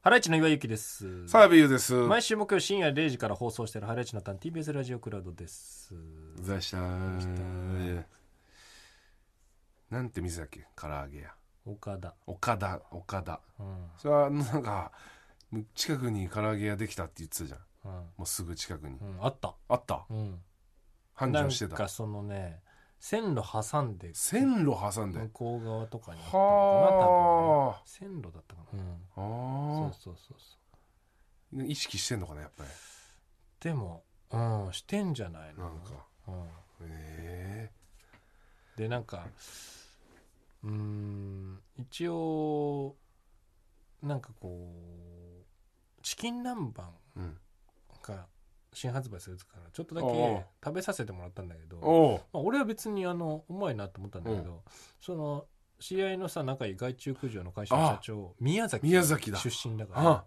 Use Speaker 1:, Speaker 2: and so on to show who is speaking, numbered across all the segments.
Speaker 1: ハライチの岩井ゆきです。
Speaker 2: 澤部優です。
Speaker 1: 毎週木曜深夜0時から放送しているハライチのターン TBS ラジオクラウドです。
Speaker 2: ざしたーなんて店だっけ唐揚げ屋。
Speaker 1: 岡田。
Speaker 2: 岡田、岡田。
Speaker 1: うん。
Speaker 2: それはなんか、近くに唐揚げ屋できたって言ってたじゃん。
Speaker 1: うん。
Speaker 2: もうすぐ近くに
Speaker 1: う。ん、あった。
Speaker 2: あった
Speaker 1: うん。
Speaker 2: 繁
Speaker 1: な
Speaker 2: 盛して
Speaker 1: んか
Speaker 2: た。
Speaker 1: そのね、線路挟んで、
Speaker 2: 線路挟んで
Speaker 1: 向。こう側とかにあったの
Speaker 2: はあ。
Speaker 1: かな、多分ね。線路だったかな。うん。
Speaker 2: あ
Speaker 1: そう
Speaker 2: ー
Speaker 1: そうそうそう。
Speaker 2: 意識してんのかな、やっぱり。
Speaker 1: でも、うん、してんじゃないの
Speaker 2: なんか。
Speaker 1: うん。
Speaker 2: え
Speaker 1: でなんかうーん一応なんかこうチキン南蛮
Speaker 2: えうん。
Speaker 1: が新発売するからちょっとだけ
Speaker 2: おうおう
Speaker 1: 食べさせてもらったんだけど、まあ、
Speaker 2: おう
Speaker 1: 俺は別にあのうまいなと思ったんだけど、その知り合いのさ仲いい外中駆除の会社の社長宮崎
Speaker 2: 宮崎だ
Speaker 1: 出身だから、
Speaker 2: あ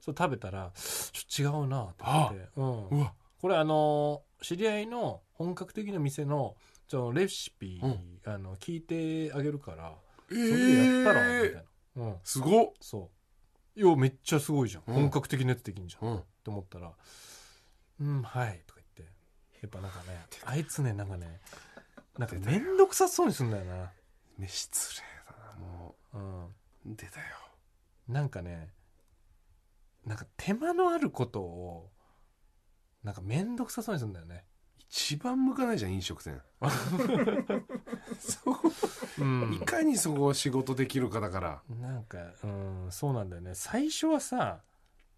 Speaker 1: そう食べたらちょっと違うなって思って、
Speaker 2: う
Speaker 1: うん、
Speaker 2: わ。
Speaker 1: これあの知り合いの本格的な店のそのレシピ、
Speaker 2: うん
Speaker 1: あの聞いてあげるからそ
Speaker 2: え
Speaker 1: れでやったらみたい
Speaker 2: え
Speaker 1: な、うん
Speaker 2: すごっ。
Speaker 1: そういやめっちゃすごいじゃん、
Speaker 2: うん
Speaker 1: 本格的なやつできんじゃん、
Speaker 2: う
Speaker 1: っ
Speaker 2: ん。
Speaker 1: て思ったら「うんはい」とか言ってやっぱなんかねあいつねなんかねなんか面倒くさそうにすんだよな、
Speaker 2: 飯失礼だな、も
Speaker 1: うん、
Speaker 2: う。出たよ。
Speaker 1: なんかねなんか手間のあることをなんか面倒くさそうにすんだよね、
Speaker 2: 一番向かないじゃん飲 食店そこ
Speaker 1: うん
Speaker 2: いかにそこを仕事できるかだから
Speaker 1: なんかうんそうなんだよね最初はさ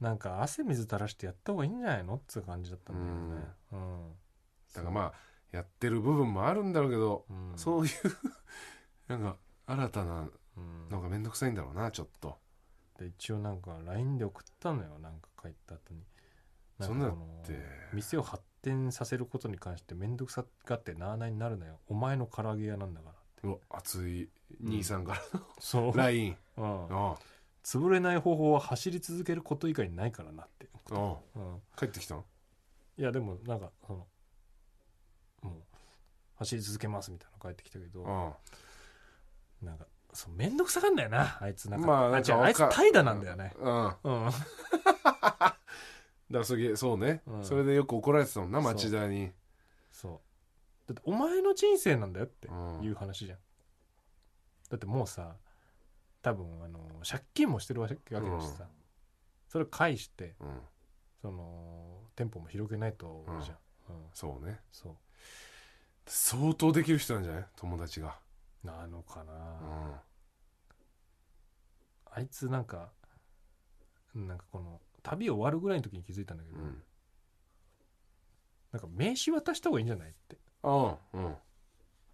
Speaker 1: なんか汗水垂らしてやった方がいいんじゃないのっつう感じだったんだよねうん、
Speaker 2: だからまあやってる部分もあるんだろうけど、
Speaker 1: うん、う、、
Speaker 2: そういう なんか新たなんのが面倒くさいんだろうなちょっと
Speaker 1: で一応なんか LINE で送ったのよなんか帰った後に
Speaker 2: そんなの
Speaker 1: この
Speaker 2: って
Speaker 1: 店を発展させることに関して面倒くさがってなあなあになるなよお前の唐揚げ屋なんだから
Speaker 2: うわ熱い兄さんから
Speaker 1: そう、
Speaker 2: ライン
Speaker 1: うん、
Speaker 2: ああ
Speaker 1: 潰れない方法は走り続けること以外ないからなって、
Speaker 2: ああ
Speaker 1: うん、
Speaker 2: 帰ってきたの
Speaker 1: いやでもなんかそのもう走り続けますみたいなの返ってきたけど、
Speaker 2: あ
Speaker 1: なんかそう面倒くさがんだよなあいつなんか,、
Speaker 2: まあ
Speaker 1: あ、
Speaker 2: なんか
Speaker 1: 違うあいつ
Speaker 2: わか
Speaker 1: 怠惰なんだよね
Speaker 2: あ、うん、だか
Speaker 1: うん、
Speaker 2: らそげそうね、
Speaker 1: うん
Speaker 2: それでよく怒られてたもんな
Speaker 1: そう
Speaker 2: 町田に
Speaker 1: そうだってお前の人生なんだよって
Speaker 2: うん
Speaker 1: いう話じゃん、だってもうさ多分あの借金もしてるわけだしさ、それ返して
Speaker 2: うん
Speaker 1: その店舗も広げないとじゃん、うん
Speaker 2: そうね
Speaker 1: そ
Speaker 2: 相当できる人なんじゃない友達が、
Speaker 1: うなのかな、
Speaker 2: うん
Speaker 1: あいつなんかなんかこの旅終わるぐらいの時に気づいたんだけど、
Speaker 2: うん
Speaker 1: なんか名刺渡した方がいいんじゃないって
Speaker 2: ああうん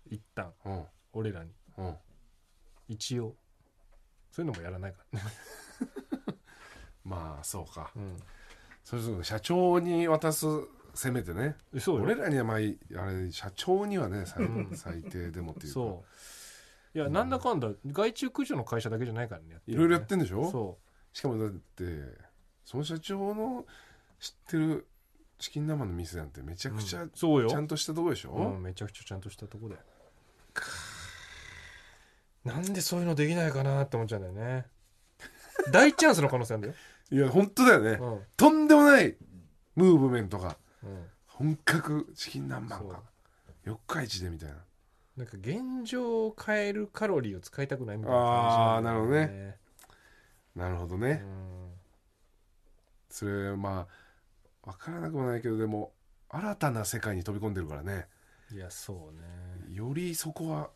Speaker 1: 一旦
Speaker 2: うん
Speaker 1: 俺らに
Speaker 2: うん
Speaker 1: 一応そういうのもやらないからね、
Speaker 2: まあそうか
Speaker 1: うん
Speaker 2: それそうだ社長に渡すせめてね
Speaker 1: え、そうよ
Speaker 2: 俺らにはまあいあれ社長にはね最
Speaker 1: うん
Speaker 2: 最低でもっていうか
Speaker 1: そういや、なんだかんだ外注駆除の会社だけじゃないからね
Speaker 2: いろいろやってんでし
Speaker 1: る
Speaker 2: ょ
Speaker 1: そ
Speaker 2: しかもだってその社長の知ってるチキン生の店なんてめちゃ
Speaker 1: う
Speaker 2: くちゃ
Speaker 1: うんそうよ
Speaker 2: ちゃんとしたとこでし
Speaker 1: う
Speaker 2: ょ
Speaker 1: ん、めちゃくちゃちゃんとしたとこだよなんでそういうのできないかなって思っちゃうんだよね大チャンスの可能性あるん
Speaker 2: いや本当だよね
Speaker 1: だよ、
Speaker 2: とんでもないムーブメントが
Speaker 1: うんうん、
Speaker 2: 本格チキン南蛮
Speaker 1: そう
Speaker 2: が四日市でみたいな
Speaker 1: なんか現状を変えるカロリーを使いたくないみたいな
Speaker 2: あ
Speaker 1: 感
Speaker 2: ー
Speaker 1: じんだよね
Speaker 2: なるほどね
Speaker 1: うん
Speaker 2: それまあ分からなくもないけどでも新たな世界に飛び込んでるからね
Speaker 1: いやそうね
Speaker 2: よりそこは、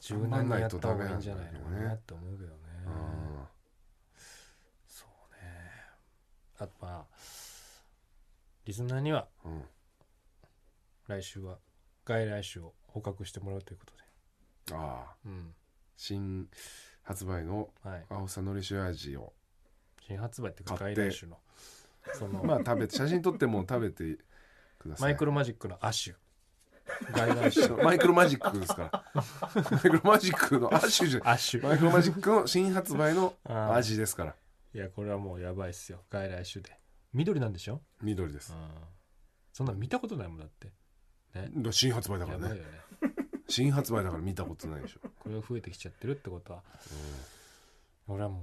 Speaker 1: 柔軟にやった方がいいんじゃないのかなって思うけどね、
Speaker 2: うん
Speaker 1: そうねあとまあリスナーには
Speaker 2: うん
Speaker 1: 来週は外来種を捕獲してもらうということで
Speaker 2: ああ
Speaker 1: うん
Speaker 2: 新発売の
Speaker 1: はい
Speaker 2: 青さのり塩味を
Speaker 1: 新発売っていうか
Speaker 2: 買
Speaker 1: 外
Speaker 2: って
Speaker 1: 来種のその、
Speaker 2: まあ食べて写真撮っても食べてくださ
Speaker 1: マ
Speaker 2: い
Speaker 1: イク
Speaker 2: ロ
Speaker 1: ロマジックの亜種外来種の
Speaker 2: マイクロマジックですからマイクロマジックのアッシュじゃ
Speaker 1: 亜種
Speaker 2: マイクロマジックの新発売の味ですから
Speaker 1: いやこれはもうやばいっすよ外来種で緑なんでしょ、
Speaker 2: 緑です
Speaker 1: うん、そんなの見たことないもんだって
Speaker 2: だ新発売だ
Speaker 1: や
Speaker 2: か
Speaker 1: ば
Speaker 2: ら
Speaker 1: いよ
Speaker 2: ね
Speaker 1: ね
Speaker 2: 新発売だから見たことないでしょ
Speaker 1: これが増えてきちゃってるってことは俺はもう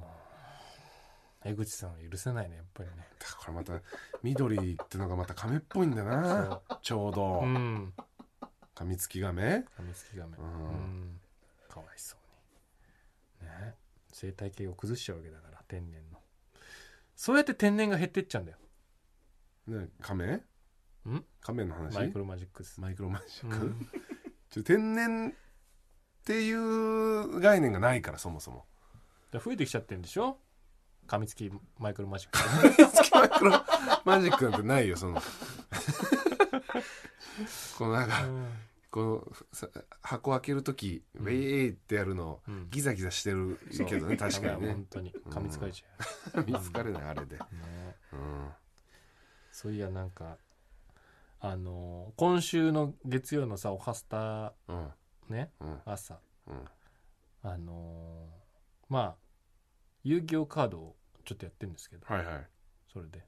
Speaker 1: 江口さんは許せないねやっぱりね
Speaker 2: これまた緑ってのがまた亀っぽいんだなちょうど、
Speaker 1: うん
Speaker 2: カミツキガメ
Speaker 1: カミツキガメ
Speaker 2: う
Speaker 1: うんんかわいそうにね生態系を崩しちゃうわけだから天然のそうやって天然が減ってっちゃうんだよ
Speaker 2: ねカメ
Speaker 1: ん
Speaker 2: カメの話
Speaker 1: マイクロマジックです
Speaker 2: マイクロマジック、
Speaker 1: うん
Speaker 2: ちょ天然っていう概念がないからそもそも
Speaker 1: だから増えてきちゃってるんでしょカミツキマイクロマジック
Speaker 2: マイクロマジックなんてない よそのこのなんかこのさ箱開ける時ウ
Speaker 1: ん
Speaker 2: ェイってやるの、
Speaker 1: うん
Speaker 2: ギザギザしてる
Speaker 1: そう
Speaker 2: けどね確かにね
Speaker 1: 本当に噛みつかれちゃ
Speaker 2: 見つかれないあれで、
Speaker 1: う、ね
Speaker 2: うん、
Speaker 1: そういやなんかあの今週の月曜のさ「おはスタ
Speaker 2: うん」
Speaker 1: ね
Speaker 2: うん
Speaker 1: 朝
Speaker 2: うん
Speaker 1: あのまあ遊戯王カードをちょっとやってるんですけど
Speaker 2: はいはい
Speaker 1: それで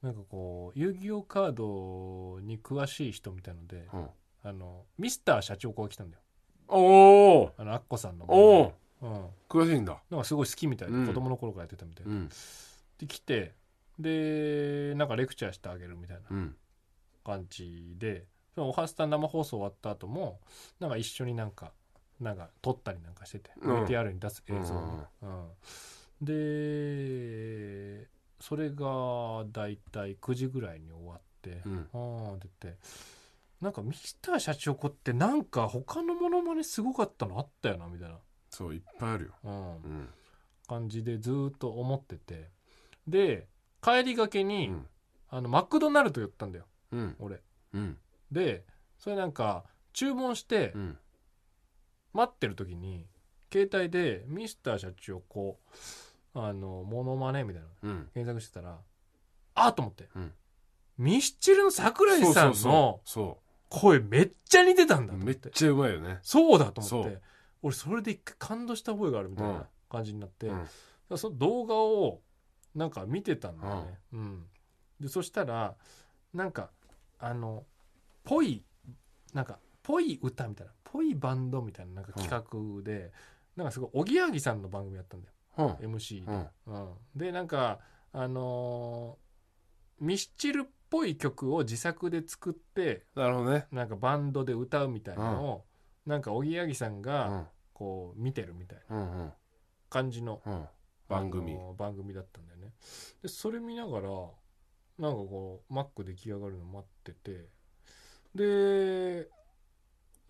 Speaker 1: なんかこう遊戯王カードに詳しい人みたいので
Speaker 2: うん
Speaker 1: あのミスター社長こう来たんだよ
Speaker 2: おー
Speaker 1: あのアッコさんの
Speaker 2: おー
Speaker 1: うん、
Speaker 2: 詳しいんだ
Speaker 1: なんかすごい好きみたいで、
Speaker 2: うん
Speaker 1: 子供の頃からやってたみたいで,、
Speaker 2: うん
Speaker 1: で来てでなんかレクチャーしてあげるみたいな
Speaker 2: うん
Speaker 1: 感じで「そのおはスタ」生放送終わった後もなんか一緒になんかなんか撮ったりなんかしてて、
Speaker 2: うん
Speaker 1: VTR に出す映像をね、うんでそれが大体9時ぐらいに終わって「
Speaker 2: うん
Speaker 1: ああ」って言って。なんかミスター社長子ってなんか他のモノマネすごかったのあったよなみたいな、
Speaker 2: そういっぱいあるよ
Speaker 1: うん
Speaker 2: うん
Speaker 1: 感じでずーっと思っててで帰りがけ
Speaker 2: う
Speaker 1: に、
Speaker 2: ん
Speaker 1: あのマクドナルド寄ったんだよ
Speaker 2: うん
Speaker 1: 俺
Speaker 2: うん
Speaker 1: でそれなんか注文して
Speaker 2: うん
Speaker 1: 待ってる時に携帯でミスター社長こうあのモノマネみたいなの
Speaker 2: うん
Speaker 1: 検索してたらあっと思って、
Speaker 2: うん
Speaker 1: ミスチルの桜井さんの
Speaker 2: そ
Speaker 1: 声めっちゃ似てたん
Speaker 2: う
Speaker 1: だ
Speaker 2: そ
Speaker 1: と
Speaker 2: う
Speaker 1: 思
Speaker 2: め
Speaker 1: っ
Speaker 2: ってちゃうまいよね
Speaker 1: そうだと思っ
Speaker 2: そ
Speaker 1: て
Speaker 2: う
Speaker 1: 俺それで一回感動した覚えがあるみたい
Speaker 2: うん
Speaker 1: な感じになって、
Speaker 2: うん
Speaker 1: だからその動画をなんか見てたんだよね、うんでそしたらなんかあのぽいなんかぽい歌みたいなぽいバンドみたいななんか企画で、なんかすごいおぎやはぎさんの番組やったんだよ
Speaker 2: うん
Speaker 1: MC
Speaker 2: う
Speaker 1: で、
Speaker 2: ん
Speaker 1: うんでなんかあのーミスチルっぽい曲を自作で作って
Speaker 2: なるほどね
Speaker 1: なんかバンドで歌うみたいなのを、なんかおぎやはぎさん
Speaker 2: う
Speaker 1: が
Speaker 2: ん
Speaker 1: こう見てるみたいな
Speaker 2: うんうん
Speaker 1: 感じの
Speaker 2: うん番組
Speaker 1: あの番組だったんだよねでそれ見ながらなんかこうマック出来上がるの待っててで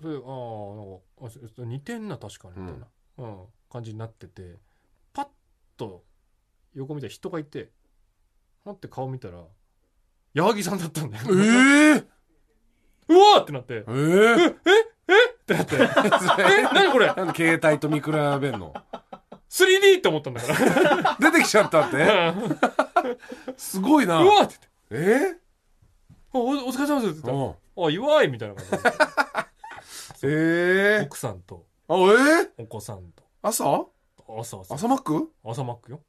Speaker 1: それああなんかあそそ似てんな確かにみたいな、うん感じになっててパッと横見たら人がいて待って顔見たら矢作さんだったんだよ、
Speaker 2: ええ
Speaker 1: うわーってなって
Speaker 2: ええ
Speaker 1: って なってえ
Speaker 2: え
Speaker 1: 何これ
Speaker 2: なんで携帯と見比べんの
Speaker 1: 3D って思ったんだから
Speaker 2: 出てきちゃったっ
Speaker 1: う
Speaker 2: て
Speaker 1: わーって
Speaker 2: すごいな
Speaker 1: 言って
Speaker 2: え
Speaker 1: 「おおお疲れ様です」って言ったら
Speaker 2: うん
Speaker 1: あ、祝いみたいな感じで。
Speaker 2: ええ
Speaker 1: 奥さんと、
Speaker 2: あええ
Speaker 1: お子さんと、
Speaker 2: 朝
Speaker 1: 朝朝、
Speaker 2: 朝マック
Speaker 1: 朝マックよ。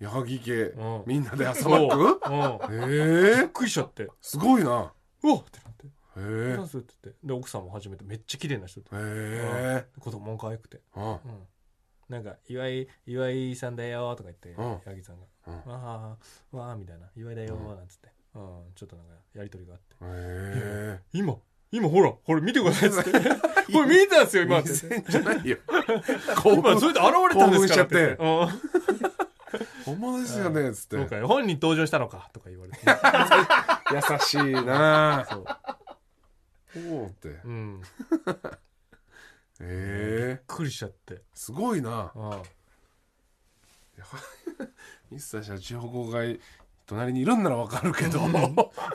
Speaker 2: 矢作系
Speaker 1: うん。
Speaker 2: みんなで朝マック
Speaker 1: うん。
Speaker 2: え
Speaker 1: び
Speaker 2: え
Speaker 1: っくりしちゃって、
Speaker 2: すごいな
Speaker 1: うわっってなって、
Speaker 2: え
Speaker 1: え
Speaker 2: え
Speaker 1: すって言って。で、奥さんも初めて、めっちゃ綺麗な人で、
Speaker 2: ええ
Speaker 1: 子供も可愛くて。
Speaker 2: うん
Speaker 1: うん。なんか、岩井、岩井さんだよーとか言って、
Speaker 2: うん
Speaker 1: 八木さんが、
Speaker 2: うん
Speaker 1: わー、わーみたいな、岩井だよ
Speaker 2: う
Speaker 1: ーなんつって、うん、ちょっとなんか、やりとりがあって。
Speaker 2: え
Speaker 1: 今、今ほら、これ見てくださいっつって。 これ見えたんですよ、
Speaker 2: え
Speaker 1: 今。
Speaker 2: 見せんじゃないよ興
Speaker 1: 今、
Speaker 2: 奮
Speaker 1: それで現れたんですから言うん。
Speaker 2: 本物ですよねつって
Speaker 1: そうかよ本人登場したのかとか言われて
Speaker 2: 優しいな
Speaker 1: そう、
Speaker 2: そうって
Speaker 1: うん、びっ
Speaker 2: ええ
Speaker 1: くりしちゃって
Speaker 2: すごいな
Speaker 1: あ
Speaker 2: ミスター社長公開隣にいるんならわかるけど
Speaker 1: あ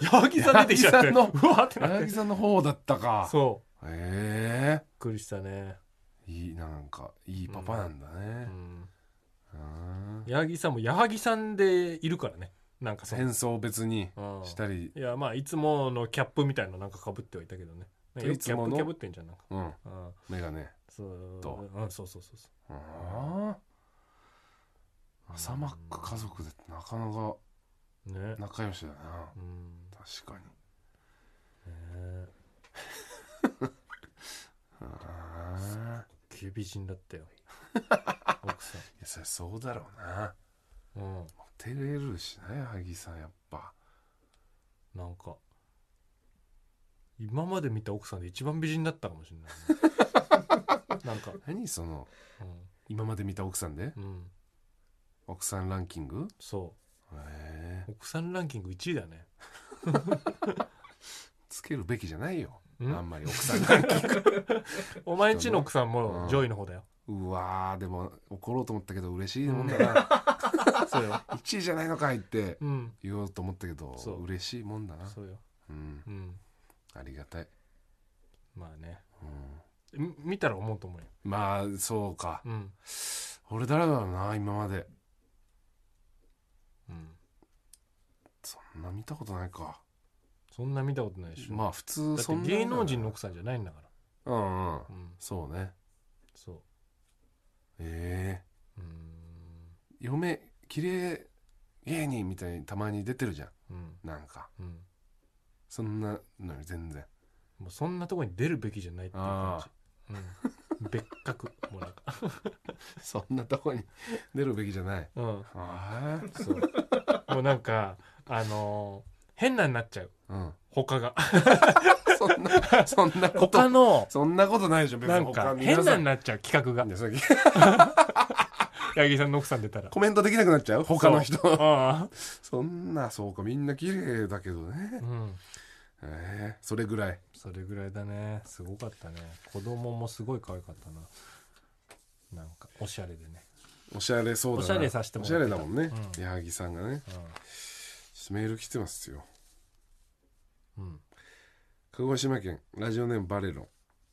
Speaker 1: 矢作さん出てきちゃって
Speaker 2: 矢
Speaker 1: う
Speaker 2: 作
Speaker 1: わ
Speaker 2: さ
Speaker 1: ーっ
Speaker 2: ん
Speaker 1: てな
Speaker 2: 荒
Speaker 1: っ
Speaker 2: 木
Speaker 1: て
Speaker 2: さんの方だったか
Speaker 1: そ
Speaker 2: え
Speaker 1: うびっくりしたね、
Speaker 2: えいいななんかいいパパなんだ
Speaker 1: うん、
Speaker 2: ねうん
Speaker 1: 矢作さんも矢作さんでいるからねなんかそう、
Speaker 2: 戦争別に
Speaker 1: うん、
Speaker 2: したり
Speaker 1: いやまあいつものキャップみたいななんかかぶってはいたけどねなんかよ
Speaker 2: い
Speaker 1: く
Speaker 2: つ
Speaker 1: キャッ
Speaker 2: もの
Speaker 1: プかぶってんじゃんなんか、
Speaker 2: うん
Speaker 1: うん、
Speaker 2: メガネ
Speaker 1: そう
Speaker 2: ど
Speaker 1: うん、そうそうそうそ
Speaker 2: ああ朝マック家族でってなかなか
Speaker 1: うね
Speaker 2: 仲良しだな
Speaker 1: うん
Speaker 2: 確かに
Speaker 1: ね
Speaker 2: ああ
Speaker 1: 急美人だったよ奥さん
Speaker 2: いやそりゃそうだろうな
Speaker 1: うん
Speaker 2: しない萩さんやっぱ
Speaker 1: なんか今まで見た奥さんで一番美人だったかもしれない ねなんか
Speaker 2: 何その今まで見た奥さんで
Speaker 1: うん、うん、
Speaker 2: 奥さんランキング
Speaker 1: そ
Speaker 2: え
Speaker 1: う奥さんランキング1位だね
Speaker 2: つけるべきじゃないよ
Speaker 1: うん
Speaker 2: あんまり奥さんランキン
Speaker 1: お前んちの奥さん
Speaker 2: う
Speaker 1: も
Speaker 2: ん
Speaker 1: 上位の方だよ、
Speaker 2: グ うわーでも怒ろうと思ったけど嬉しいもんだな
Speaker 1: そうよ
Speaker 2: 1位じゃないのかいって
Speaker 1: うん
Speaker 2: 言おうと思ったけど
Speaker 1: そう
Speaker 2: 嬉しいもんだな
Speaker 1: そうよ
Speaker 2: うん
Speaker 1: うん
Speaker 2: ありがたい、
Speaker 1: まあね
Speaker 2: うん
Speaker 1: み見たら思うと思うよ
Speaker 2: まあそうか
Speaker 1: うん、
Speaker 2: 俺誰だろうな今まで
Speaker 1: うん、
Speaker 2: そんな見たことないか
Speaker 1: そんな見たことないでしょ、
Speaker 2: まあ普
Speaker 1: だ
Speaker 2: 通
Speaker 1: っ
Speaker 2: そ
Speaker 1: て
Speaker 2: んな
Speaker 1: 芸能人の奥さんじゃないんだから
Speaker 2: うんうん
Speaker 1: うん
Speaker 2: そうね
Speaker 1: そ
Speaker 2: え
Speaker 1: ううーん
Speaker 2: え嫁綺麗芸人みたいにたまに出てるじゃん
Speaker 1: うん
Speaker 2: なんか
Speaker 1: うん
Speaker 2: そんなのより全然
Speaker 1: もうそんなとこに出るべきじゃないっていう感じ、うん、 別格もうなんか
Speaker 2: そんなとこに出るべきじゃない
Speaker 1: うん
Speaker 2: あ
Speaker 1: そうもうなんかあのー変なになっちゃう
Speaker 2: あうん
Speaker 1: 他が
Speaker 2: そんなそんなこと
Speaker 1: 他の
Speaker 2: そんなことないでしょ別
Speaker 1: な
Speaker 2: に
Speaker 1: ん
Speaker 2: 他
Speaker 1: か変
Speaker 2: 皆さ
Speaker 1: なんになっちゃう企画が
Speaker 2: いやそれ
Speaker 1: 八木さんの奥さん出たら
Speaker 2: コメントできなくなっちゃう他の人
Speaker 1: そうああ
Speaker 2: そんなそうかみんな綺麗だけどね
Speaker 1: うん
Speaker 2: ええそれぐらい
Speaker 1: それぐらいだねすごかったね子供もすごい可愛かったななんかおしゃれでね
Speaker 2: おしゃれそうだな
Speaker 1: おしゃれさせてもら
Speaker 2: おしゃ
Speaker 1: って
Speaker 2: れ
Speaker 1: た
Speaker 2: だもんね
Speaker 1: うん
Speaker 2: 矢作さんがねちょっとメール来てますよ
Speaker 1: うん、うん、
Speaker 2: 鹿児島県ラジオネームバレロン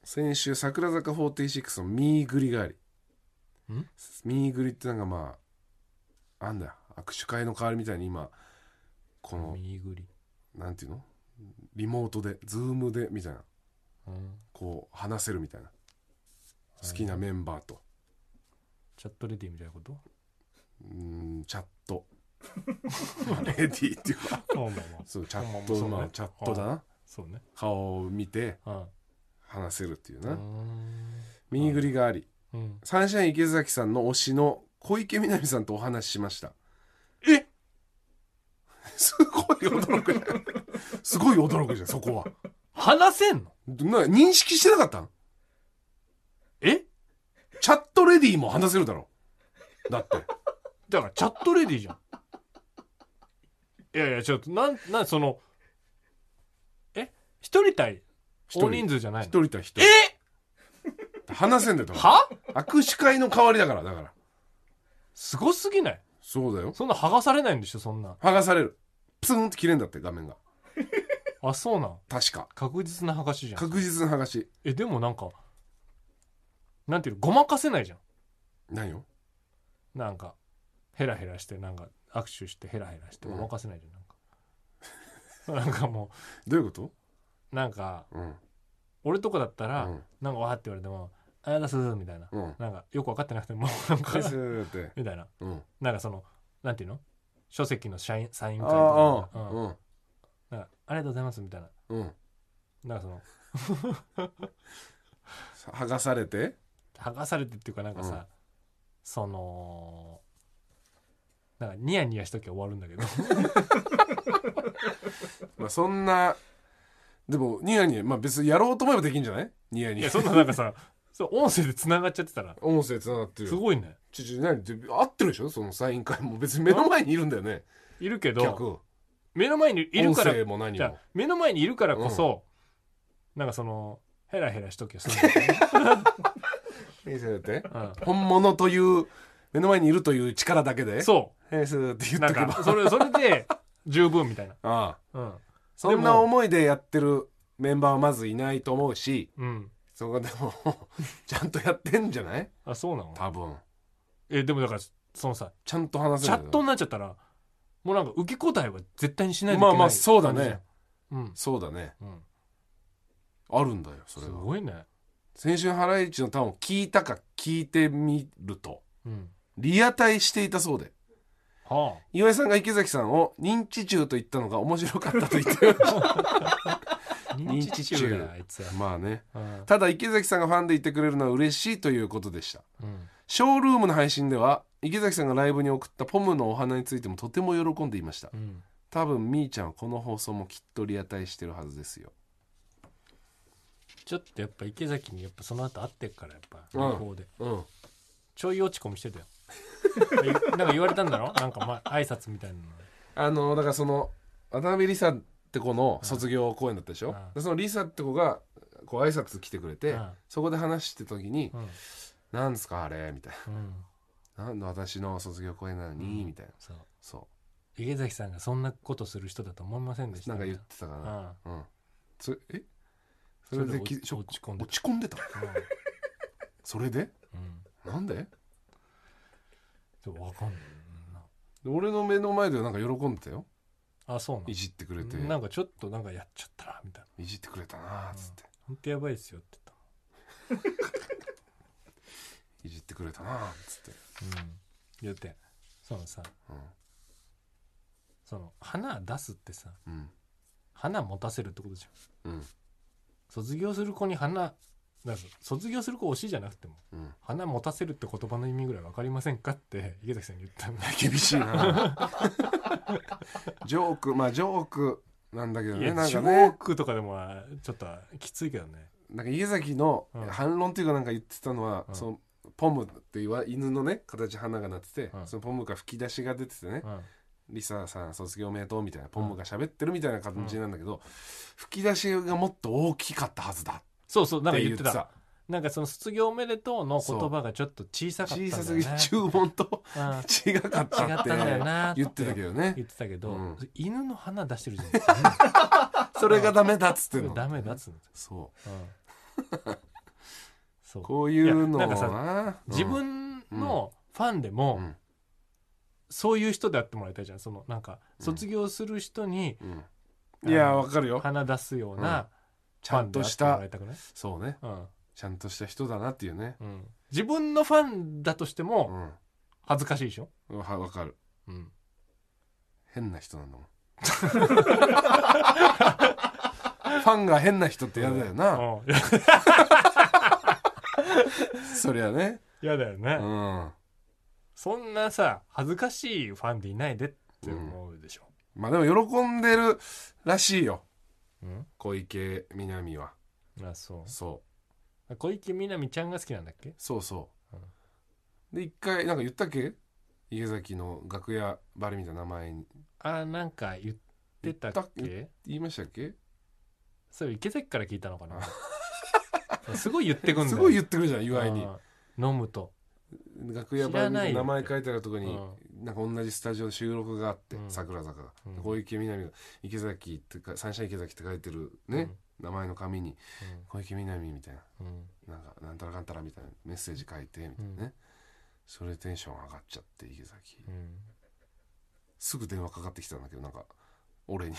Speaker 2: 先週桜坂46のミーグリがあり
Speaker 1: ん
Speaker 2: ミーグリってなんかまああんだよ握手会の代わりみたいに今この
Speaker 1: 右ぐり
Speaker 2: なんていうのリモートでズームでみたいな
Speaker 1: うん
Speaker 2: こう話せるみたいな好きなメンバーと
Speaker 1: チャットレディみたいなこと
Speaker 2: うんチャッ トレディーっていうか
Speaker 1: そう
Speaker 2: そうチャッ
Speaker 1: まあまあそ
Speaker 2: ト
Speaker 1: うね
Speaker 2: まあチャットだな
Speaker 1: そうね
Speaker 2: 顔を見て
Speaker 1: うん
Speaker 2: 話せるっていう
Speaker 1: うー
Speaker 2: なんミーグリがあり
Speaker 1: うん
Speaker 2: サンシャイン池崎さんの推しの小池みなみさんとお話ししました。
Speaker 1: え
Speaker 2: すごい驚くじゃん。すごい驚くじゃん、そこは。
Speaker 1: 話せんの
Speaker 2: どな認識してなかったん
Speaker 1: え
Speaker 2: チャットレディーも話せるだろ。だって。
Speaker 1: だからチャットレディ じゃんいやいやちょっとなんなんそのえ一人対
Speaker 2: 一
Speaker 1: 大
Speaker 2: 人
Speaker 1: 人数じゃない
Speaker 2: 一
Speaker 1: の
Speaker 2: 人対一人。
Speaker 1: え
Speaker 2: 話せんだよ、だか
Speaker 1: は
Speaker 2: ら握手会の代わりだから、だから。
Speaker 1: すごすぎない
Speaker 2: そうだよ。
Speaker 1: そんな剥がされないんでしょそんな
Speaker 2: 剥がされる。プツンって切れんだって、画面が。
Speaker 1: あそうなん
Speaker 2: 確か。
Speaker 1: 確実な剥がしじゃん
Speaker 2: 確実な剥がし。
Speaker 1: えでもなんかなんていうのごまかせないじゃん
Speaker 2: 何よ
Speaker 1: なんかヘラヘラしてなんか握手してヘラヘラしてごまかせないじゃん、なんか なんかも
Speaker 2: どういうこと
Speaker 1: うなんか
Speaker 2: うん。
Speaker 1: 俺とかだったら、
Speaker 2: うん
Speaker 1: なんかわーって言われても「あやだす」みたいな、
Speaker 2: うん。
Speaker 1: なんかよく分かってなくても なんか
Speaker 2: ですって。
Speaker 1: みたいな
Speaker 2: うん。
Speaker 1: なんかそのなんていうの書籍の社員サイン
Speaker 2: あ
Speaker 1: 会と
Speaker 2: あ
Speaker 1: か、
Speaker 2: ああ、
Speaker 1: うん
Speaker 2: うん。
Speaker 1: なんかありがとうございますみたいな
Speaker 2: うん。
Speaker 1: なんかその
Speaker 2: 剥がされて
Speaker 1: 剥がされてっていうかなんかさ、
Speaker 2: うん
Speaker 1: そのなんかニヤニヤしときゃ終わるんだけど
Speaker 2: まあそんなでもニヤニヤまあ別にやろうと思えばできんじゃないニヤニ
Speaker 1: い
Speaker 2: ヤ
Speaker 1: やそんななんかさ そう音声でつながっちゃってたら
Speaker 2: 音声つながってる
Speaker 1: す
Speaker 2: よ
Speaker 1: ごいね
Speaker 2: ちょちょ何って合ってるでしょそのサイン会も別に目の前にいるんだよね
Speaker 1: いるけど
Speaker 2: 客
Speaker 1: 目の前にいるから
Speaker 2: 音声も何
Speaker 1: じゃ
Speaker 2: も
Speaker 1: あ目の前にいるからこそ、なんかそのヘラヘラしときゃ済むんだ よね
Speaker 2: 先生だって
Speaker 1: うん
Speaker 2: 本物という目の前にいるという力だけで
Speaker 1: そ
Speaker 2: 先生だって
Speaker 1: う
Speaker 2: 言っ
Speaker 1: なん
Speaker 2: とけ
Speaker 1: か
Speaker 2: ば
Speaker 1: それそれ で十分みたいな
Speaker 2: ああ
Speaker 1: うん
Speaker 2: そんな思いでやってるメンバーはまずいないと思うし
Speaker 1: うん
Speaker 2: そこでもちゃんとやってんじゃない
Speaker 1: あそうなの
Speaker 2: 多分
Speaker 1: えでもだからそのさ
Speaker 2: ちゃんと話せ
Speaker 1: チ
Speaker 2: る
Speaker 1: ャ
Speaker 2: んだ
Speaker 1: ッ
Speaker 2: よ
Speaker 1: トになっちゃったらもうなんか受け答えは絶対にしないといけ
Speaker 2: ま
Speaker 1: な
Speaker 2: あ
Speaker 1: い
Speaker 2: まあそうだ
Speaker 1: 感じじゃ
Speaker 2: ね
Speaker 1: んうん
Speaker 2: そうだね
Speaker 1: うん
Speaker 2: あるんだよそれ
Speaker 1: す
Speaker 2: が
Speaker 1: ごいね
Speaker 2: 先週ハライチのターンを聞いたか聞いてみると
Speaker 1: うん
Speaker 2: リアタイしていたそうで
Speaker 1: は
Speaker 2: 岩井さんが池崎さんを認知中と言ったのが面白かったと言ってる
Speaker 1: あ 認知中だよあいつは
Speaker 2: まあね
Speaker 1: うん
Speaker 2: ただ池崎さんがファンでいてくれるのは嬉しいということでした
Speaker 1: うん
Speaker 2: ショールームの配信では池崎さんがライブに送ったポムのお花についてもとても喜んでいました
Speaker 1: うん
Speaker 2: 多分みーちゃんはこの放送もきっとリアタイしてるはずですよ
Speaker 1: ちょっとやっぱ池崎にやっぱその後会ってっからやっぱ
Speaker 2: うん
Speaker 1: 向こうで
Speaker 2: うん
Speaker 1: ちょい落ち込みしてたよ なんか言われたんだろなんかま挨拶みたいなの
Speaker 2: あのだからその渡辺梨沙って子の卒業公演だったでし
Speaker 1: う
Speaker 2: ょ、
Speaker 1: ん
Speaker 2: でその梨沙って子がこう挨拶来てくれて、
Speaker 1: うん
Speaker 2: そこで話してた時に
Speaker 1: うん
Speaker 2: 「なんですかあれ」みたい
Speaker 1: うん
Speaker 2: な「なんの私の卒業公演なのに」みたいな
Speaker 1: そう
Speaker 2: そ
Speaker 1: 池崎さんがそんなことする人だと思いませんでし
Speaker 2: う
Speaker 1: た
Speaker 2: なんか言ってたかな
Speaker 1: うん
Speaker 2: うん、それえそれで
Speaker 1: そ
Speaker 2: き
Speaker 1: れで
Speaker 2: ショック
Speaker 1: 落ち込んでた
Speaker 2: 落ち込んでたそれで
Speaker 1: うんうん
Speaker 2: なんで
Speaker 1: ちょっとわかんないな
Speaker 2: 俺の目の前ではなんか喜んでたよ
Speaker 1: あそう
Speaker 2: いじってくれて
Speaker 1: なんなんかちょっとなんかやっちゃったなみたいない
Speaker 2: じってくれたなーっつって、
Speaker 1: ほんとやばいっすよって
Speaker 2: いじってくれたなーっつって、
Speaker 1: 言ったもんうん言ってそのさ
Speaker 2: う
Speaker 1: その花出すってさ
Speaker 2: んうん
Speaker 1: 花持たせるってことじゃん
Speaker 2: うん
Speaker 1: 卒業する子に花なんか卒業する子推しじゃなくても
Speaker 2: うん
Speaker 1: 花持たせるって言葉の意味ぐらい分かりませんかって池崎さんに言ったんだ
Speaker 2: 厳しいな ジョークまあジョークなんだけど
Speaker 1: い
Speaker 2: ね
Speaker 1: や
Speaker 2: なん
Speaker 1: ジ
Speaker 2: か
Speaker 1: ョー
Speaker 2: ね
Speaker 1: クとかでもちょっときついけどね
Speaker 2: なんか家崎の
Speaker 1: うん
Speaker 2: 反論というかなんか言ってたのは、
Speaker 1: うん
Speaker 2: そのポムっていう犬のね形花がなってて、
Speaker 1: うん
Speaker 2: そのポムが吹き出しが出ててね
Speaker 1: うん
Speaker 2: 「リサさん卒業おめでとう」みたいなポムが喋ってるみたいな感じなんだけど、吹き出しがもっと大きかったはずだ
Speaker 1: そうそうなんか
Speaker 2: って
Speaker 1: 言
Speaker 2: 言
Speaker 1: っ
Speaker 2: ってて
Speaker 1: た
Speaker 2: た
Speaker 1: なんかその卒業おめでとうの言葉がちょっと小さかったんだ
Speaker 2: 小さ
Speaker 1: よ
Speaker 2: す
Speaker 1: ね
Speaker 2: ぎて注文と
Speaker 1: うん
Speaker 2: 違かっ
Speaker 1: 違
Speaker 2: た
Speaker 1: っ
Speaker 2: った
Speaker 1: んだよ
Speaker 2: て
Speaker 1: な
Speaker 2: 言ってたけどね
Speaker 1: 言ってたけど、
Speaker 2: うん
Speaker 1: 犬の鼻出してるじ ゃないですか
Speaker 2: それがダメだっつってんの
Speaker 1: ダメだっつうの、
Speaker 2: そ
Speaker 1: うんそうう
Speaker 2: こういうの
Speaker 1: いやなんかさ
Speaker 2: なうん
Speaker 1: 自分のファンでも、
Speaker 2: うん
Speaker 1: そういう人であってもらいたいじゃんそのなんか
Speaker 2: うん
Speaker 1: 卒業する人に
Speaker 2: うんいやわかるよ
Speaker 1: 鼻出すよう
Speaker 2: うん
Speaker 1: な
Speaker 2: ち
Speaker 1: フ
Speaker 2: ゃ
Speaker 1: ァ
Speaker 2: ん
Speaker 1: ンで
Speaker 2: と
Speaker 1: あっ
Speaker 2: して
Speaker 1: も
Speaker 2: た
Speaker 1: らいたくない、
Speaker 2: そうね
Speaker 1: うん
Speaker 2: ちゃんとした人だなっていうね
Speaker 1: うん自分のファンだとして
Speaker 2: う
Speaker 1: も
Speaker 2: ん
Speaker 1: 恥ずかしいでしょ、
Speaker 2: うんはわかる
Speaker 1: うん、
Speaker 2: 変な人なん だもんファンが変な人って嫌だよな
Speaker 1: うんや
Speaker 2: そりゃね
Speaker 1: やだよね、
Speaker 2: うん
Speaker 1: そんなさ恥ずかしいファンでいないでって思うでしょ、
Speaker 2: まあでも喜んでるらしいよ
Speaker 1: うん
Speaker 2: 小池みなみは
Speaker 1: あそう
Speaker 2: そう
Speaker 1: 小池みなみちゃんが好きなんだっけ
Speaker 2: そうそう、
Speaker 1: うん
Speaker 2: で一回なんか言ったっけ池崎の楽屋バレみたいな名前に
Speaker 1: あなんか言ってたっ
Speaker 2: 言った
Speaker 1: け
Speaker 2: 言いましたっけ
Speaker 1: それ池崎から聞いたの かなすごい言ってくんだよ
Speaker 2: すごい言ってくるじゃん岩井に
Speaker 1: うん飲むと
Speaker 2: 楽屋バレみたいな名前
Speaker 1: 知らないよって
Speaker 2: 書いてあるとこに、なんか同じスタジオの収録があって、
Speaker 1: うん
Speaker 2: 桜坂が、
Speaker 1: うん
Speaker 2: 小池みなみが池崎ってかサンシャイン池崎って書いてるね、名前の紙に小池みなみみたいな
Speaker 1: うんうん
Speaker 2: なんかなんたらかんたらみたいなメッセージ書いてみたいなね、
Speaker 1: うん
Speaker 2: それでテンション上がっちゃって池崎、
Speaker 1: うんうん
Speaker 2: すぐ電話かかってきたんだけどなんか俺に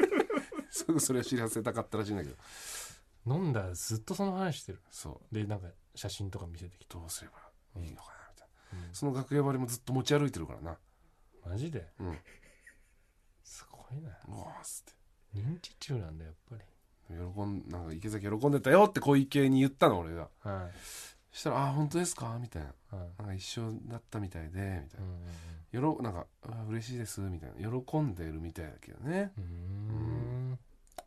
Speaker 2: すぐそれを知らせたかったらしいんだけど
Speaker 1: 飲んだらずっとその話してる
Speaker 2: そう
Speaker 1: でなんか写真とか見せてきて、
Speaker 2: どうすればいいのかなみたいな、
Speaker 1: うん
Speaker 2: その楽屋割りもずっと持ち歩いてるからな
Speaker 1: マジで
Speaker 2: うんう
Speaker 1: すごいな
Speaker 2: わーっつって
Speaker 1: 認知中なんだやっぱり
Speaker 2: 喜んなんか池崎喜んでたよって小池に言ったの俺が
Speaker 1: はい
Speaker 2: そしたら「あー本当ですか?」みたいな
Speaker 1: うん
Speaker 2: 「なんか一緒だったみたいで」みたい
Speaker 1: うん
Speaker 2: な「よろなんかあー嬉しいです」みたいな喜んでるみたいだけどね
Speaker 1: うんうんうーん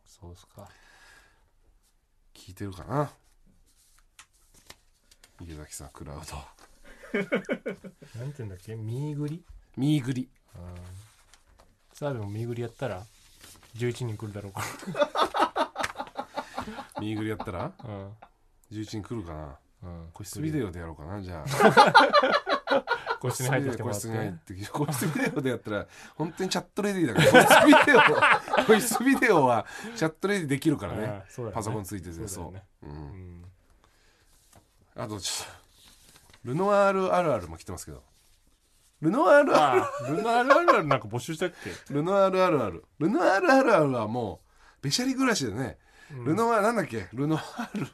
Speaker 1: そうっすか
Speaker 2: 聞いてるかな池崎さんクラウド
Speaker 1: なんて言うんだっけミーグリ
Speaker 2: ミーグリ
Speaker 1: うんさあでもミーグリやったら11人来るだろうか
Speaker 2: ミーグリやったら
Speaker 1: らうん
Speaker 2: 11人来るかな
Speaker 1: うん
Speaker 2: 個室ビデオでやろうかなじゃあ
Speaker 1: 個室に入ってきても
Speaker 2: 個
Speaker 1: らっ
Speaker 2: 室
Speaker 1: て
Speaker 2: に入ってきて個室ビデオでやったら本当にチャットレディーだから個室ビデオ個室ビデ オはチャットレディーできるからね
Speaker 1: ああそうだよね
Speaker 2: パソコンついてて
Speaker 1: そ
Speaker 2: そうう
Speaker 1: だよね
Speaker 2: うん
Speaker 1: うん
Speaker 2: あとちょっとルノワールあるあるも来てますけどルノワールあ
Speaker 1: ああルナあるあるあるなんか募集したっけ
Speaker 2: ルノワールあるあるルノワールあるあるはもうべしゃり暮らしでねルノワールなんだっけルノワール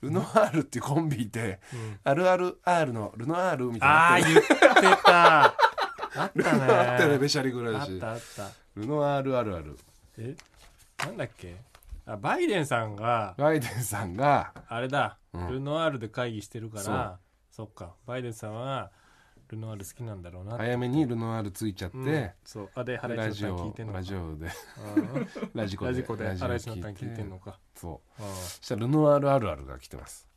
Speaker 2: ルノワールっていうコンビいて
Speaker 1: うん
Speaker 2: あるある R のルノワールみたいなの
Speaker 1: あ
Speaker 2: あ
Speaker 1: あ
Speaker 2: って
Speaker 1: 言ってたあったね
Speaker 2: あったよねべしゃり暮
Speaker 1: あ
Speaker 2: ら
Speaker 1: っ
Speaker 2: した
Speaker 1: あった
Speaker 2: ルノワールあるある
Speaker 1: えなんだっけあバイデンさんが
Speaker 2: バイデンさんが
Speaker 1: あれだ、
Speaker 2: うん
Speaker 1: ルノアールで会議してるか
Speaker 2: そう
Speaker 1: らそっかバイデンさんはルノアール好きなんだろうなって
Speaker 2: 早めにルノアールついちゃって、
Speaker 1: うんそうあで原
Speaker 2: ラ
Speaker 1: 市
Speaker 2: ジ
Speaker 1: のターン聞い
Speaker 2: オ
Speaker 1: てんのか
Speaker 2: ラジオで
Speaker 1: うん
Speaker 2: ラジコで
Speaker 1: ラジコで
Speaker 2: ラジオ
Speaker 1: 原市のターン聞いてんのか
Speaker 2: そう
Speaker 1: うん
Speaker 2: そしたらルノアールあるあるが来てます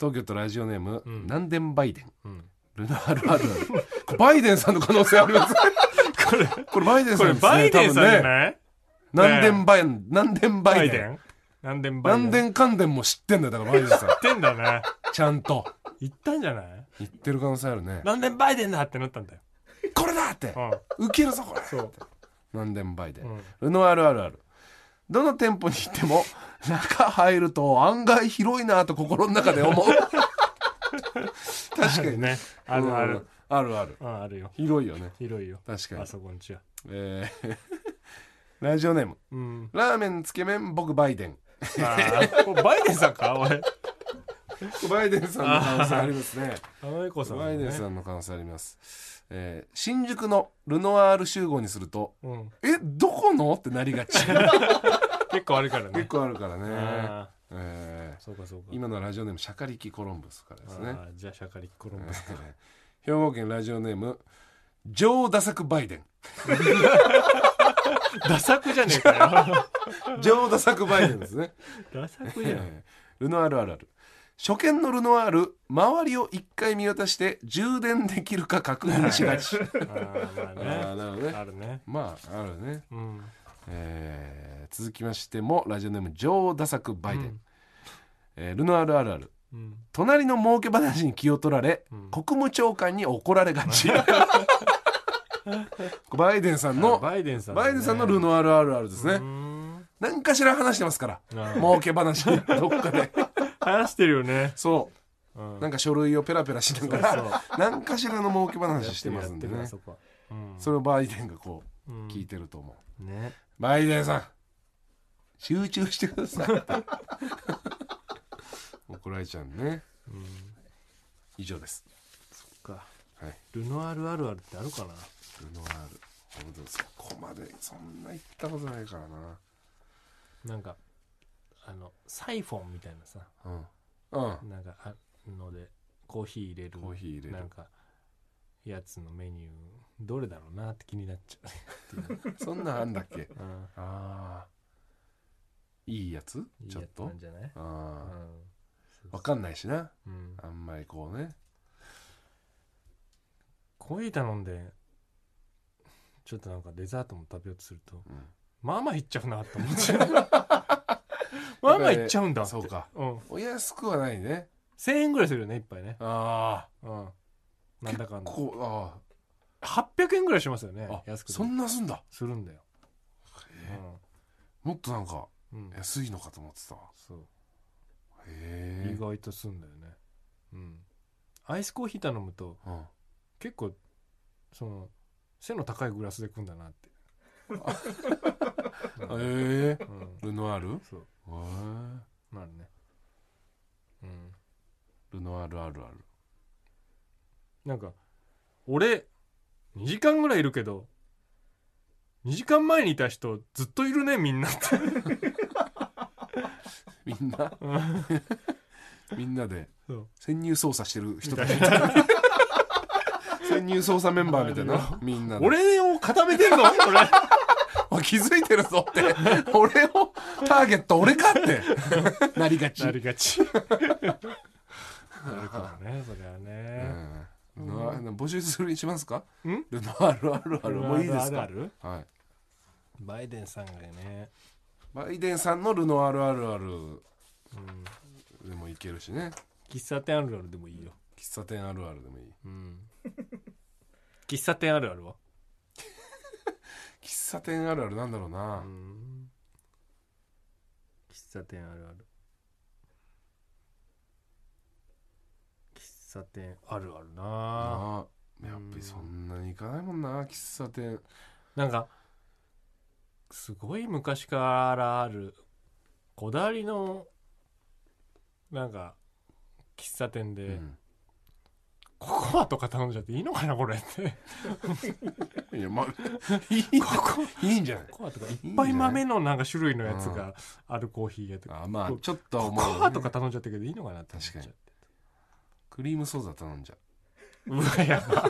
Speaker 2: 東京都ラジオネーム、
Speaker 1: うん
Speaker 2: 南電バイデン
Speaker 1: うん
Speaker 2: ルノアールあるあるこれバイデンさんの可能性あります
Speaker 1: これ
Speaker 2: これバイデン
Speaker 1: こ
Speaker 2: さん
Speaker 1: れ
Speaker 2: ですね
Speaker 1: バイデンさんじゃ
Speaker 2: 多分ね
Speaker 1: ない
Speaker 2: 南電バイデン南電バ
Speaker 1: バ
Speaker 2: イ
Speaker 1: イ
Speaker 2: デ
Speaker 1: デ
Speaker 2: ン
Speaker 1: ン何年バイデン
Speaker 2: 南電関電も知ってんだよだからバイデンさん
Speaker 1: 言ってんだね
Speaker 2: ちゃんと
Speaker 1: 言ったんじゃない
Speaker 2: 言ってる可能性あるね
Speaker 1: 何年バイデンだってなったんだよ
Speaker 2: これだって
Speaker 1: うん
Speaker 2: ウケるぞこれ
Speaker 1: そう
Speaker 2: 南電バイデン、
Speaker 1: うん
Speaker 2: ルノアールあるあるどの店舗に行っても中入ると案外広いなと心の中で思う確かにね
Speaker 1: ねあるある
Speaker 2: うんあるある
Speaker 1: うんあるよ
Speaker 2: 広いよね
Speaker 1: 広いよ
Speaker 2: 確かに
Speaker 1: あ、そこんちは
Speaker 2: えー ラジオネーム
Speaker 1: うん
Speaker 2: ラーメンつけ麺僕バイデン
Speaker 1: あーこれバイデンさんか俺
Speaker 2: バイデンさんの可能性あります ね
Speaker 1: あのエコさんだ
Speaker 2: バ
Speaker 1: ね
Speaker 2: イデンさんの可能性あります、えー新宿のルノワール集合にすると
Speaker 1: うん
Speaker 2: えどこのってなり がち
Speaker 1: 結構あるから
Speaker 2: 結
Speaker 1: ね
Speaker 2: 構あるからね、
Speaker 1: あ
Speaker 2: え
Speaker 1: ーそうかそうか
Speaker 2: ー今のラジオネームシャカリキコロンブスからですね
Speaker 1: あーじゃあシャカリコロンブスか
Speaker 2: 兵庫県ラジオネームジョーダサクバイデン
Speaker 1: ダサくじゃねえ か
Speaker 2: ジョーダサクバイデンですね
Speaker 1: よダサくじゃん
Speaker 2: ルノアールあるある初見のルノアール周りを一回見渡して充電できるか確認し がち
Speaker 1: あー
Speaker 2: あ
Speaker 1: まあ
Speaker 2: ー
Speaker 1: ね
Speaker 2: なるほどね
Speaker 1: あるね
Speaker 2: まああるね、
Speaker 1: うん
Speaker 2: えー続きましてもラジオネームジョーダサクバイデン、
Speaker 1: うん
Speaker 2: えールノアールあるある
Speaker 1: うん
Speaker 2: 隣の儲け話に気を取られ、
Speaker 1: うん
Speaker 2: 国務長官に怒られが ち バイデンさんの
Speaker 1: バイデンさん
Speaker 2: バイデンさんのル
Speaker 1: ノ
Speaker 2: ノアールあるあるですね、
Speaker 1: ね
Speaker 2: 何かしら話してますから
Speaker 1: あー
Speaker 2: 儲け話どっかで
Speaker 1: 話してるよね
Speaker 2: そう
Speaker 1: うん
Speaker 2: なんか書類をペラペラしなが
Speaker 1: そう
Speaker 2: ら何かしらの儲け
Speaker 1: や
Speaker 2: 話
Speaker 1: っ
Speaker 2: してて
Speaker 1: る
Speaker 2: ま
Speaker 1: や
Speaker 2: す
Speaker 1: っ
Speaker 2: ん
Speaker 1: て
Speaker 2: で
Speaker 1: るあ
Speaker 2: ね
Speaker 1: そこはうん
Speaker 2: それをバイデンがこ
Speaker 1: うん
Speaker 2: う聞いてると思う、
Speaker 1: ね
Speaker 2: バイデンさん集中してくださいって 怒られちゃうね
Speaker 1: うん
Speaker 2: 以上です
Speaker 1: か
Speaker 2: はい
Speaker 1: ルノアールあるあるってあるかな
Speaker 2: ルノワール本当そこまでそんな言ったことないからな
Speaker 1: なんかあのサイフォンみたいなさ
Speaker 2: うんうん
Speaker 1: なんかあのでコーヒー入れる
Speaker 2: コーヒー入れる
Speaker 1: なんかやつのメニューどれだろうなって気になっちゃ
Speaker 2: そんなんあんだっけ
Speaker 1: う、うん、
Speaker 2: ああいいやつ
Speaker 1: いい
Speaker 2: ちょ
Speaker 1: や
Speaker 2: っ
Speaker 1: つ
Speaker 2: と
Speaker 1: なんじゃない
Speaker 2: ああ
Speaker 1: うん
Speaker 2: わかんないしな
Speaker 1: うん
Speaker 2: あんまりこうね
Speaker 1: コーヒー頼んでちょっとなんかデザートも食べようとすると
Speaker 2: うん
Speaker 1: まあまあいっちゃうなって思っ ちゃうまあまあいっちゃうんだって
Speaker 2: そうか
Speaker 1: うん、
Speaker 2: お安くはないね
Speaker 1: 1000円ぐらいするよね一杯ね
Speaker 2: あ
Speaker 1: うんなんだかん
Speaker 2: あ
Speaker 1: だ
Speaker 2: こうあ
Speaker 1: 800円ぐらいしますよね
Speaker 2: ーあ
Speaker 1: 安くて
Speaker 2: そんなすんだ
Speaker 1: するんだよ、
Speaker 2: もっとなんか
Speaker 1: うん、うん、
Speaker 2: 安いのかと思ってたわ
Speaker 1: そう
Speaker 2: へ
Speaker 1: 意
Speaker 2: え
Speaker 1: 外とすんだよねうんアイスコーヒー頼むと
Speaker 2: うん
Speaker 1: 結構その背の高いグラスで来んだなってうん
Speaker 2: へえ
Speaker 1: うん
Speaker 2: ルノアールへ
Speaker 1: そう
Speaker 2: え
Speaker 1: なるねうん
Speaker 2: ルノアールあるある
Speaker 1: なんか俺2時間ぐらいいるけど2時間前にいた人ずっといるねみんなって
Speaker 2: み んなみんなで
Speaker 1: そう
Speaker 2: 潜入捜査してる人たち 潜入捜査メンバーみたいなみんなで
Speaker 1: 俺を固めてんの俺
Speaker 2: おい気づいてるぞって俺をターゲット俺かって なりがち
Speaker 1: なりが ちなるからねそりゃね、
Speaker 2: うんルノワール募集するにしますか
Speaker 1: ん
Speaker 2: ルノワールあるあるもういいです
Speaker 1: あ
Speaker 2: か
Speaker 1: るある
Speaker 2: はい
Speaker 1: バイデンさんがね、
Speaker 2: バイデンさんのルノワールあるある
Speaker 1: うん、
Speaker 2: でもいけるしね
Speaker 1: 喫茶店あるあるでもいいよ、
Speaker 2: 喫茶店あるあるでもいい
Speaker 1: うん、 喫茶店あるあるは、
Speaker 2: 喫茶店あるあるなんだろう
Speaker 1: う、
Speaker 2: なん
Speaker 1: 喫茶店あるある喫茶店あるあるな
Speaker 2: ああやっぱりそんなに行かないもんな喫茶店
Speaker 1: なんかすごい昔からあるこだわりのなんか喫茶店で、ココアとか頼んじゃっていいのかなこれ って
Speaker 2: うん いやまあいいいいんじゃない
Speaker 1: ココアとかいっぱい豆のなんか種類のやつがあるコーヒーやとか
Speaker 2: あまあ
Speaker 1: こ
Speaker 2: ちょっと
Speaker 1: コ
Speaker 2: 思うね
Speaker 1: コアとか頼んじゃったけどいいのかなって思っちゃって
Speaker 2: クリームソーダ頼んじゃ
Speaker 1: うわやば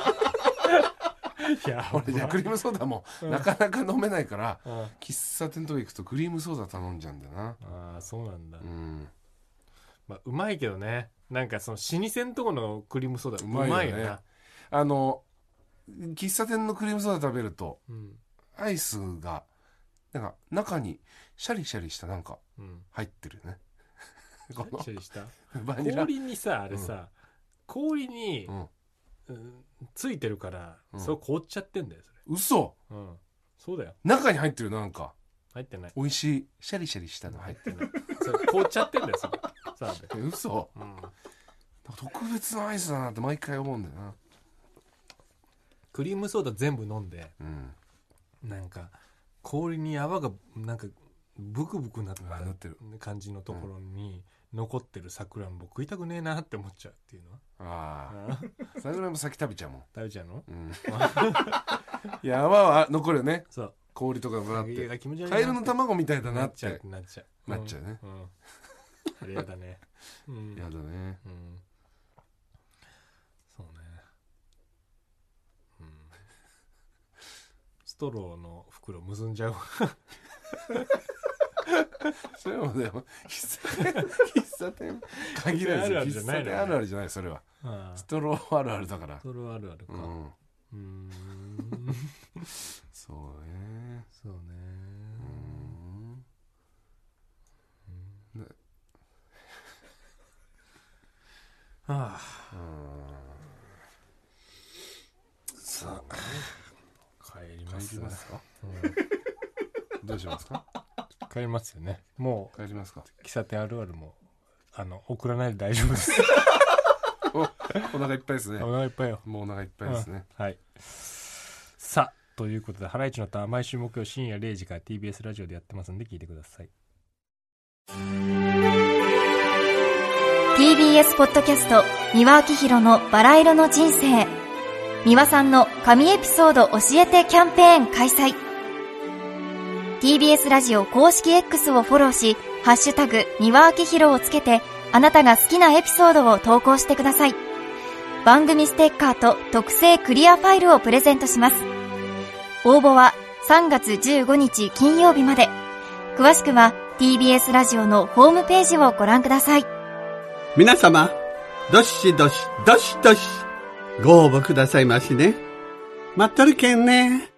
Speaker 1: やば
Speaker 2: 俺じゃあクリームソーダも
Speaker 1: うん
Speaker 2: なかなか飲めないから
Speaker 1: あ
Speaker 2: 喫茶店とか行くとクリームソーダ頼んじゃうんだよな
Speaker 1: あーそうなんだ、
Speaker 2: うん
Speaker 1: まあ、うまいけどねなんかその老舗のとこのクリームソーダ
Speaker 2: う
Speaker 1: う
Speaker 2: まいよね
Speaker 1: まいよな
Speaker 2: あの喫茶店のクリームソーダ食べると
Speaker 1: うん
Speaker 2: アイスがなんか中にシャリシャリしたなんか
Speaker 1: うん
Speaker 2: 入ってるね こ
Speaker 1: シャリシャリした
Speaker 2: のバニラ
Speaker 1: 氷にさあれさ、氷に
Speaker 2: う、ん
Speaker 1: うんついてるから、
Speaker 2: うん
Speaker 1: それ凍っちゃってんだよそ
Speaker 2: 嘘
Speaker 1: れうんそうだよ
Speaker 2: 中に入ってるなんか
Speaker 1: 入って ない
Speaker 2: 美味しいシャリシャリしたの
Speaker 1: 入
Speaker 2: 入っ
Speaker 1: っててないそれ凍っちゃってんだよそれ澤部
Speaker 2: るえ嘘
Speaker 1: うん
Speaker 2: なんか特別なアイスだなって毎回思うんだよな
Speaker 1: クリームソーダ全部飲んで
Speaker 2: うん
Speaker 1: なんか氷に泡がなんかブクブクなった
Speaker 2: あなってる
Speaker 1: 感じのところに残ってるさくらんぼ食いたくねえなって思っちゃうっていうのは
Speaker 2: あ
Speaker 1: あー
Speaker 2: あそれぐらいも先食べちゃうもん
Speaker 1: 食べちゃう の
Speaker 2: うんいや泡は残るよね
Speaker 1: そう
Speaker 2: 氷とかがあっ
Speaker 1: い
Speaker 2: て
Speaker 1: や気持ち悪いな
Speaker 2: カエルの卵みたいだな
Speaker 1: な
Speaker 2: っ
Speaker 1: っちゃ
Speaker 2: て
Speaker 1: うなっちゃう
Speaker 2: なっちゃうね
Speaker 1: んんあれやだねうん
Speaker 2: やだね
Speaker 1: うんそうねうんストローの袋結んじゃう
Speaker 2: それはもうでも喫茶店喫茶店限ら
Speaker 1: あるあ
Speaker 2: ず
Speaker 1: るじゃ
Speaker 2: 喫
Speaker 1: ないのね
Speaker 2: 茶店あるあるじゃないそれは
Speaker 1: ああ
Speaker 2: ストローあるあるだから
Speaker 1: ストローあるあるか
Speaker 2: うん
Speaker 1: うーん
Speaker 2: そうね
Speaker 1: そうね
Speaker 2: うん
Speaker 1: うん
Speaker 2: ね
Speaker 1: はあ
Speaker 2: さあ
Speaker 1: 帰りま
Speaker 2: 帰
Speaker 1: す
Speaker 2: りますか
Speaker 1: うん
Speaker 2: どうしますか
Speaker 1: 帰りますよねも
Speaker 2: 帰りますか
Speaker 1: う喫茶店あるあるもあの送らないで大丈夫です
Speaker 2: お腹いっぱいですね
Speaker 1: お腹いっぱいよ
Speaker 2: もうお腹いっぱいですね
Speaker 1: はい。さあ、ということで、ハライチのターン毎週木曜深夜0時から TBS ラジオでやってますんで、聞いてください。
Speaker 3: TBS ポッドキャスト三輪明宏のバラ色の人生三輪さんの神エピソード教えてキャンペーン開催 TBS ラジオ公式 X をフォローし「ハッシュタグ三輪明宏」をつけてあなたが好きなエピソードを投稿してください番組ステッカーと特製クリアファイルをプレゼントします応募は3月15日金曜日まで詳しくは TBS ラジオのホームページをご覧ください
Speaker 4: 皆様、どしどし、どしどし、ご応募くださいましね。待っとるけんね。